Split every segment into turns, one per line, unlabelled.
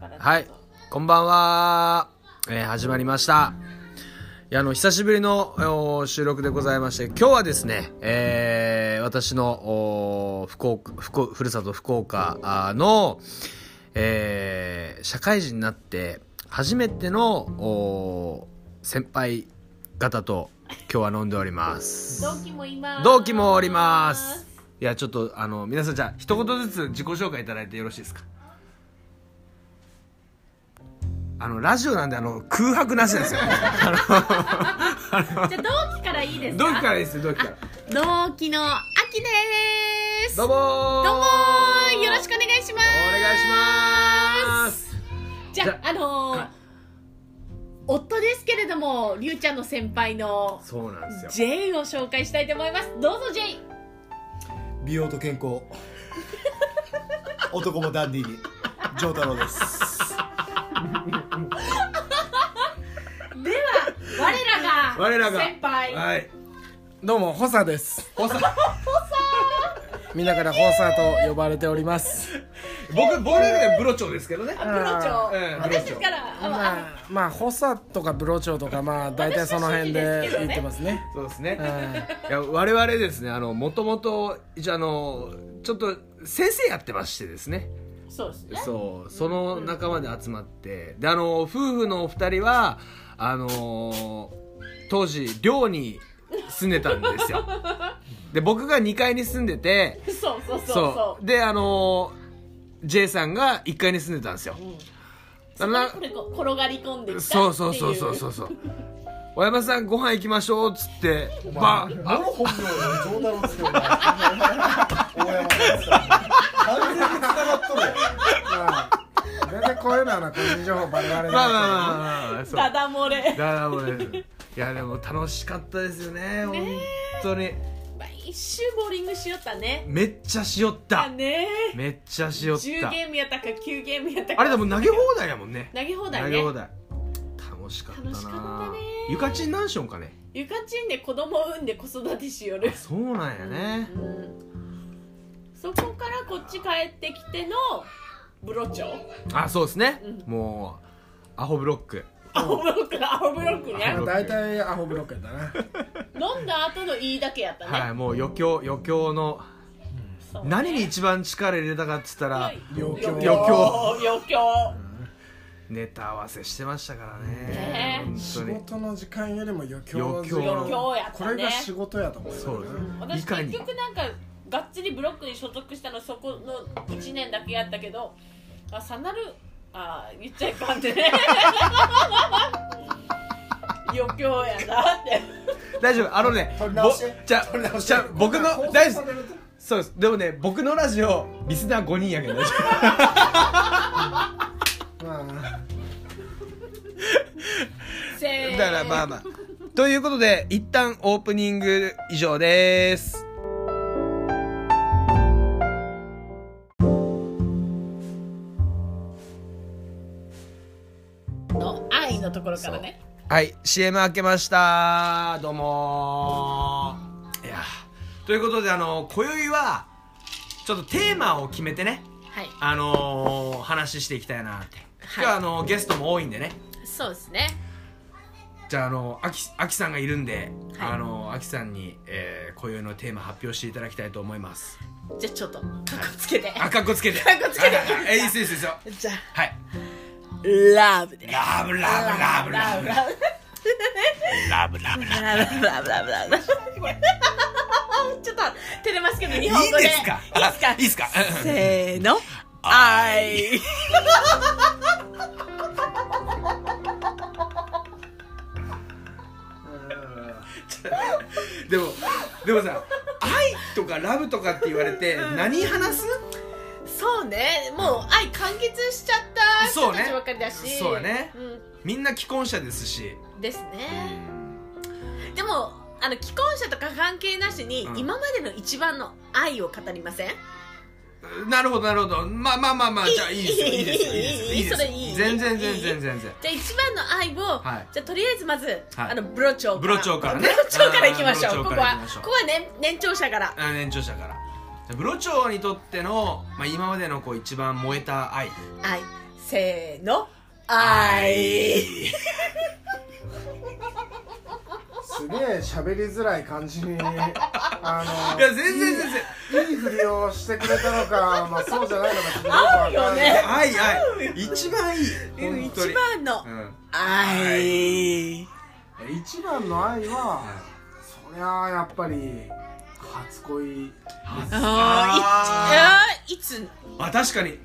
から
はい、こんばんは。えー始まりました。いや、あの、久しぶりのおー収録でございまして、今日はですね、えー私の、おー福岡、福岡ふるさと福岡あーの、えー社会人になって、初めての、おー先輩方と、今日は飲んでおります。
同期もいます
同期もおります。いや、ちょっと、あの、皆さんじゃあ、一言ずつ自己紹介いただいてよろしいですか。あの、ラジオなんで、あの、空白なしなんですよ。
じゃあ同期からいいですか
同期からいいですよ、同期から。
同期のあきです
どうもー
どうもーよろしくお願いしま
お
す
願いします。
じゃああのー
はい
夫ですけれどもりゅうちゃんの先輩の
そうなんですよ。
J を紹介したいと思いますどうぞ J
美容と健康男もダンディーに丈太郎です
では 我らが
我らが。
先輩、
はい。
どうも、ホサです。
おさ
みんなからホサと呼ばれております。
僕、僕らがブロ長ですけどね。
プロ長、
ええ
私ですから、あのあ
まあ、まあ、ホサとかブロチョウとか、まあ、大体その辺で言ってますね。
そうですね。
はい
いや我々ですねあのもともと一応あのちょっと先生やってましてですね
そうですね
そうその仲間で集まってであの夫婦のお二人はあの当時寮に住んでたんで すよで僕が2階に住んでて
そうそうそう
そう
そう
であの J さんが1階に住んでたんですよ、だからな
これこう転がり込んできたっていう
そうそうそうそうそうそう小山さんご飯行きましょうっつってバン
あの本名の丈太郎ですよね大山さんですから完全に繋がっとるよ
まあ、大体こういうのはな、個人情報バレバレ
まあまあ
なんで
まあまあまあそう
ダダ漏れ
だからもうねいやでも楽しかったですよね本当に
まあ一周ボーリングしよったね
めっちゃしよっ
あ
た
ね
めっちゃしよっ
10
た
ゲームやったか9ゲームやったか
あれでも投げ放題やもんね
投げ放題
投
ね
げ放題楽しかった
楽しかった
な
ね
ゆかちん何ションかね
ゆかちんで子供産んで子育てしよる
そうなんやね
そこからこっち帰ってきてのブロチョ
あそうですね
う
もうアホブロック
青ブロック青ブロックね
あ
まあ、大体アホブロックやったな。
飲んだ後の言いだけやったね、
はいもう余興余興の
そうね
何に一番力入れたかっつったら
余興
余
余興
興余興
ネタ合わせしてましたから
ね
ね
仕
本当に
事の時間よりも余興の時間。
余
興やったね
これが仕事やと思うよね。
そうですい
私
か
結
に
局なんかがっつりブロックに所属したのそこの1年だけやったけどあサナルあ言っちゃいかんね余興やなって
大丈夫あのね
取り直し
ぼじゃ
取り直し
じゃ僕の大丈夫
こんな放送される
そうですでもね僕のラジオリスナー5人やけど大丈夫
まあ、
せー
だからまあまあということで一旦オープニング以上です
の愛のところからね
はい CM 開けましたどうもーいやーということであの今宵はちょっとテーマを決めてね
はい
あのー、話していきたいなって今日はあのゲストも多いんでね
そうですね
じゃああのあきあきさんがいるんで、
はい
あのあきさんに、えー、今宵のテーマ発表していただきたいと思います
じゃあちょっとかっこつけて
あかっこつけて
かっこつけて
あああいいですよいいですよ
じゃあ
はい
ラブで
ラブラブラブラブラ
ブ
ブラブ
ラ
ラ
ブラブラブラブラこれちょっと照れますけど日本
いい
語で
ですかあいいですかうん
せーの愛
でもでもさ愛とかラブとかって言われて何話す
そうねもう愛完結しちゃった
そ
人
うね
たちばかりだし
そうだね
う
みんな既婚者ですし
ん、ですねでもあの既婚者とか関係なしに、
うん
今までの一番の愛を語りません
なるほどなるほどまあまあまあまあ
いい
じゃあいいですよいいですよ
いい
いいです
そ
よ
れいい
全然全
いい
然全然
じゃあ一番の愛を、
はい
じゃあとりあえずまず、
はい
あのブロチョウ
ブロチョウからね
ブロチョウからいきましょ
う
うんここ
ブロチョウから
は
行きましょう
ここは、ね、年長者から
あ年長者からブロチョウにとっての、まあ、今までのこう一番燃えた愛
愛せーの愛
すげえ喋りづらい 感じにあ
いや全然全然
のいいふりをしてくれた のかまあそうじゃないのかちょっとよくわか
合うん
ない
よね
はいはい一番いい
うん
本当に
一番の
うん
愛
一番の愛はそりゃあやっぱり初恋
あーいつあーいつ
あ確かに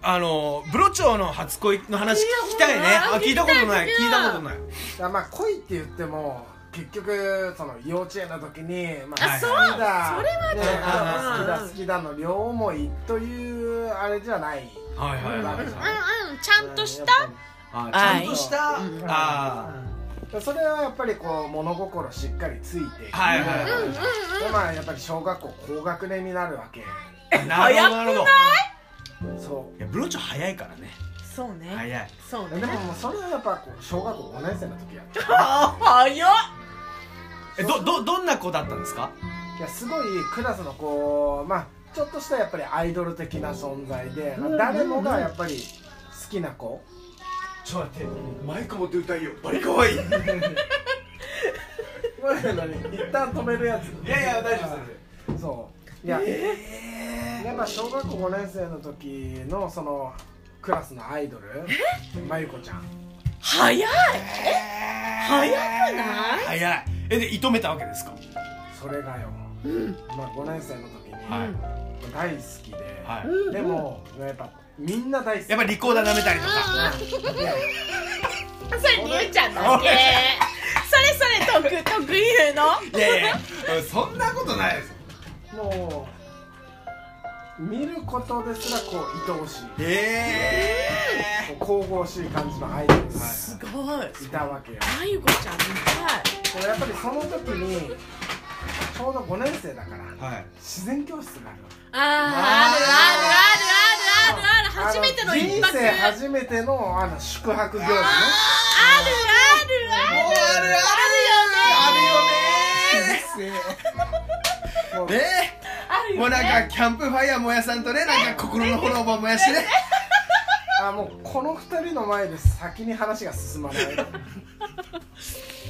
あのブロチョの初恋の話聞きたいね
いや
あ聞いたことない
聞きたい
聞いたことない
いやまあ恋って言っても結局その幼稚園の時に、ま
あそう
好きだ
それは
ね
ね
好きだ好きだの両思いというあれじゃない
はいはいはいは
う
い
んうんちゃんとした
あちゃんとしたあ
うん
あ
それはやっぱりこう物心しっかりついていて
はいはいはい
でまあやっぱり小学校高学年になるわけ
ーなるほどなるほど
そ
いやブロチョ早いからね
そうね
早い
そう
うで
ね
ももうそれはやっぱこう小学校5年生の時やった
あー早っ
えどどどんな子だったんですか
いやすごいクラスのこうまあちょっとしたやっぱりアイドル的な存在で、まあ、誰もがやっぱり好きな 子
ちょっと待ってマイク持って歌いよバリ可 愛いい
これ何一旦止めるやつ
やいや大丈夫です
そういや、やっぱ小学校5年生の時のそのクラスのアイドルまゆこちゃん
早いえ早くない
早いえで射止めたわけですか
それがよ、まあ、5年生の時に
はい
大好きで、
はい
でもやっぱみんな大好き
やっぱりリコーダー舐めたりとか
それりゅうちゃんだっけそれそれ特特有の
いやいやそんなことないです
もう見ることですらこう愛おしい
え
こう神々しい感じのアイドルが
すごい
いたわけよ
まゆこちゃんみ
でもやっぱりその時にちょうど5年生だから、
えはい
自然教室があるわ
たいあーあるあるあるあるあるある初めての一
人
泊
生初めてのあの宿泊行事ね
あるあるあるあるある よね
もう
ね
ある
も
よ
う
ね
なんかキャンプファイヤー燃やさんとねなんか心の炎も燃やしてね
あもうこの2人の前で先に話が進まない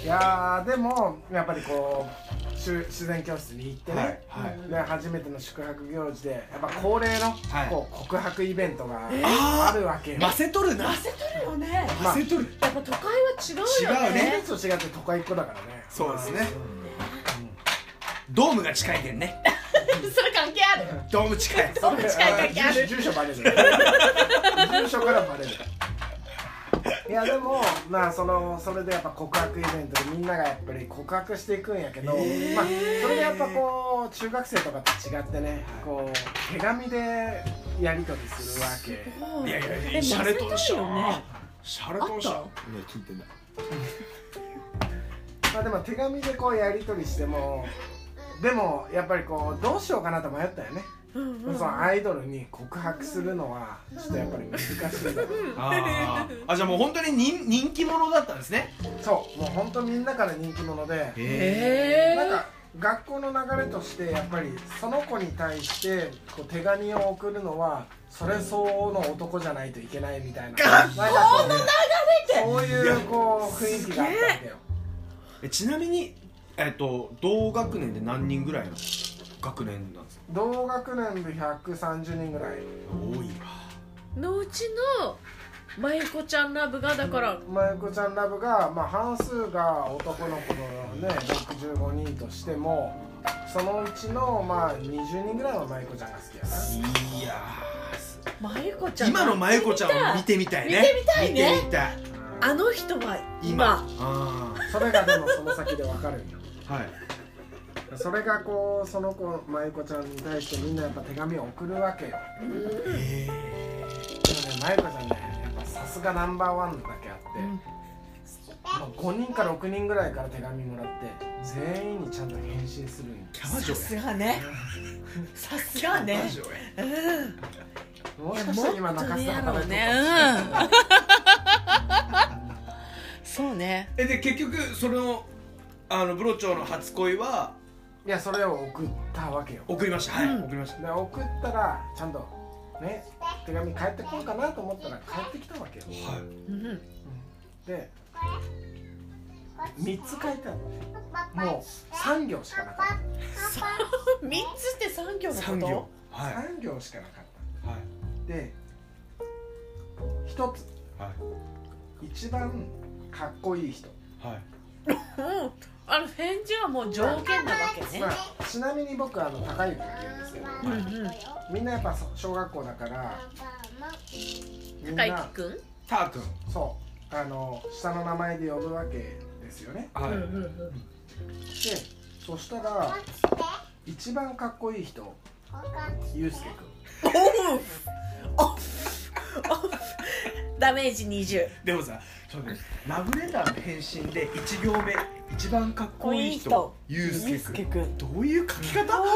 いやーでもやっぱりこうしゅ自然教室に行ってね、
はい
で初めての宿泊行事でやっぱ恒例の、
はい
こう告白イベントが
あ
あるわけよ、
ませとるな
痩せとるよね
まあ
せとる
やっぱ都会は違うよね
違うね
現実と違って都会っ子だからね
そうですねドームが近いけんね
それ関係ある
ドーム近い
ドーム近い時ある
住住所バレる住所からバレるいやでもまあそのそれでやっぱ告白イベントでみんながやっぱり告白していくんやけど、まあそれでやっぱこう中学生とかと違ってねこう手紙でやり取りするわけ
いやいやいやシャレとるしょシャレとるし
あ
ょ
聞いてない
まあでも手紙でこうやり取りしてもでもやっぱりこうどうしようかなと迷ったよね、そのアイドルに告白するのはちょっとやっぱり難しいだろう
あーあじゃあもう本当に人人気者だったんですね
そうもう本当みんなから人気者で
へ
なんか学校の流れとしてやっぱりその子に対してこう手紙を送るのはそれ相応の男じゃないといけないみたいな学校の流れそういうこう雰囲気があったわけよ
えちなみにえっと同学年で何人ぐらいの学年なんですか
同学年で130人ぐらい
多い
のうちのまゆこちゃんラブがだから
まゆこちゃんラブが、まあ、半数が男の子のね65人としてもそのうちのまあ20人ぐらいはまゆこちゃんが好きやな
わいや
まゆこちゃ
ー
ん
今のまゆこちゃんを見てみたいね
見てみたいね
見てみたい
あの人は今
今あ
それがでもその先でわかるんよ
あはい
それがこうその子まゆこちゃんに対してみんなやっぱ手紙を送るわけよでもねまゆこちゃんねやっぱさすがナンバーワンだけあって、もう5人から6人ぐらいから手紙もらって全員にちゃんと返信するんよ
キャバ嬢
さすがねさすが
や
ね
キャバ
い
嬢や
もし
や
か
も
したら今
っ
泣
と
かせ
ね
て
やろう
働い
ね
てる
うんそうね
えで結局そのあのブロチョの初恋はい
やそれを送ったわけよ
送りましたはい、送りまし
で送ったらちゃんとね手紙帰ってこうかなと思ったら帰ってきたわけよ
うん
で3つ書いてあるのもう3行しかなかっ
三つって三行のこと
三行
は
た
いはい
3行しかなかっ
はい
たで1つ
はい
一番かっこいい人、
はい
うんあの返事はもう条件なわけね
まあ、ちなみに僕はあの高雪って言うんですけど
うんうん
みんなやっぱそ小学校だからみん
高
な
木くん
ター君
そうあの下の名前で呼ぶわけですよね
はい
うんうんうん
でそしたら一番かっこいい人ゆうすけくん
ダメージ20
でもさそうねラブレターの返信で一行目一番かっこいい
かっこ
人ゆうすけくんどういう書き方
本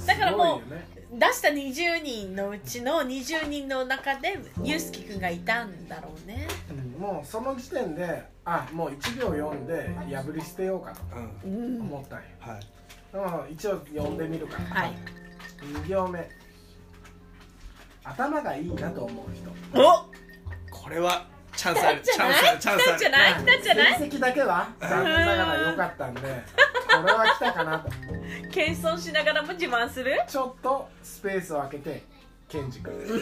当だからも
すごいよね
う出した20人のうちの20人の中でゆうすきくんがいたんだろうね
うんもうその時点であもう1行読んで破り捨てようかと
うん
うん
思ったんよ
はい
うん一応読んでみるか
はい
2行目頭がいいなと思う人
お
これはチャンスある
じ
チ
ゃ
ャン
な
スある
い
チャンスあ
た
る
んじゃない来たじゃない
成績だけは残念ながら良かったんでこれは来たかなと
謙遜しながらも自慢する
ちょっとスペースを空けてケンジ 君
ちょ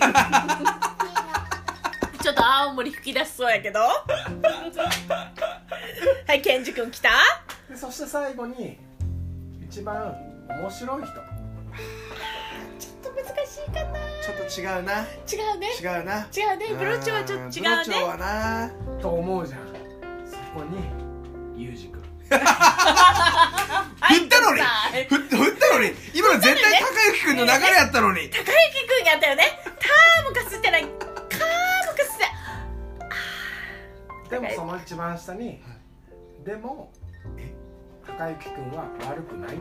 っと青森吹き出しそうやけど はいケンジくん来た
でそして最後に一番面白い人
ちょっと難しいかな
ちょっと違う
違
な
うね
違うな
違うねブロッチョはちょっと違
ブロッ
う
チョ
ね
はな
と思うじゃんそこにユージ君
はい
振ったのに
はい
ふ振ったのに今の絶対高之君の流れやったのに
高雪くんやったよねターもかすってないカーもかすってない
でもその一番下に、でも
え
高之君は悪く ない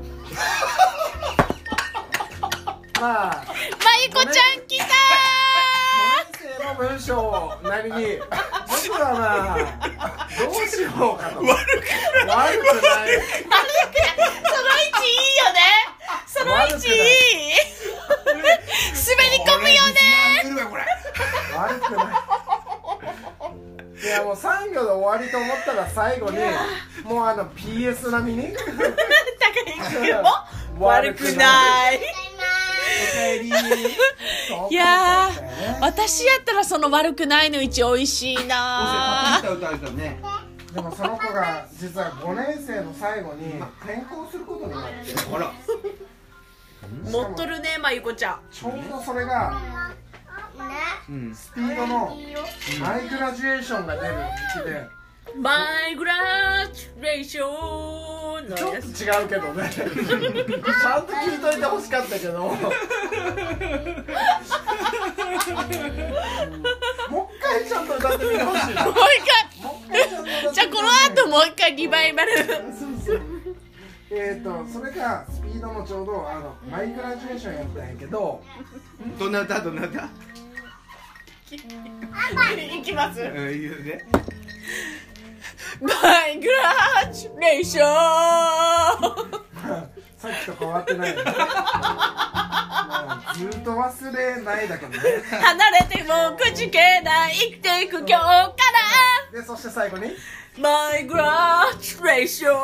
まあ
まゆこちゃん来た
先生の文章なりに僕はまあどうしようかと悪く
ーあれ
ない悪くない
だけその位置いいよねその位置いい 滑り込むよね
これリスナー来るわこ
悪く
れ
ないいやもう3行で終わりと思ったら最後にもうあの PS 並みに
高雪くんも悪くない
おかえり
そう
いや
そうだよね
私やったらその悪くないの位置美味しいな
歌歌歌ね
でもその子が実は5年生の最後に転校することになって
ほら
持っとるねまゆこちゃん
ちょうどそれが
うん
スピードのマイグラジュエーションが出る時期で
マイグラチュレーションの
ちょっ
や
と
つ
違うけどねちゃんと聞いといてほしかったけどもう一回ちゃんと歌ってみてほしいな
もう一
もう一回ちゃんと歌ってみてほし
回
い
じゃあこの後もう一回リバイバル
そうそうえっとそれがスピードのちょうどあのマイグラジュエーションやったんやけど
どんな歌どんな歌
いきます
うんいいよね
マイグラチュレーション
さっきと変わってないよねもうずっと忘れないだけどね
離れてもくじけない生きていく今日から
でそして最後に、
マイグラチュレー ション
うん、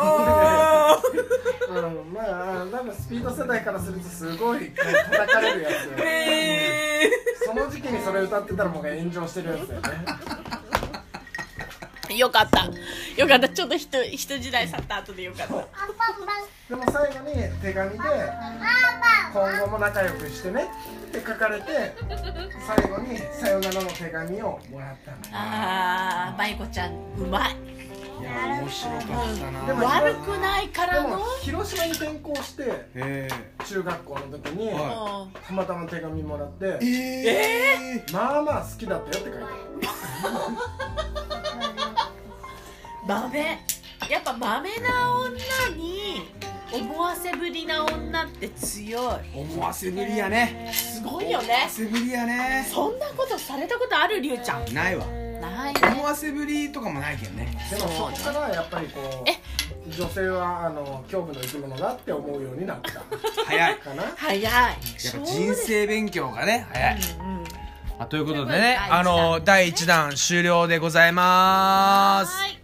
まあ多分スピード世代からするとすごい叩かれるやつよ
え
その時期にそれ歌ってたらもう炎上してるやつだよね
ーよかったよかったちょっと人人時代去った後でよかった
でも最後に手紙で「今後も仲良くしてね」って書かれて最後に「さよなら」の手紙をもらったのよ
あーまゆこちゃんうまい
いや面白かったな
でも
悪くないから
で
の
も広島に転校して
え
中学校の時に
は
うん
たまたま手紙もらって
ええ
「まあまあ好きだったよ」って書いてある
豆やっぱ豆な女に思わせぶりな女って強い
思わせぶりやね
すごいよね
思わせぶりやね
そんなことされたことあるりゅうちゃん
ないわ
ない
思
ね
わせぶりとかもないけどね
でもそこからやっぱりこ
え
う女性はあの恐怖の生き物だって思うようになった
早い
かな
早い
やっぱ人生勉強がね早い、まあということでね
ということで
あの第1弾終了でございます
はい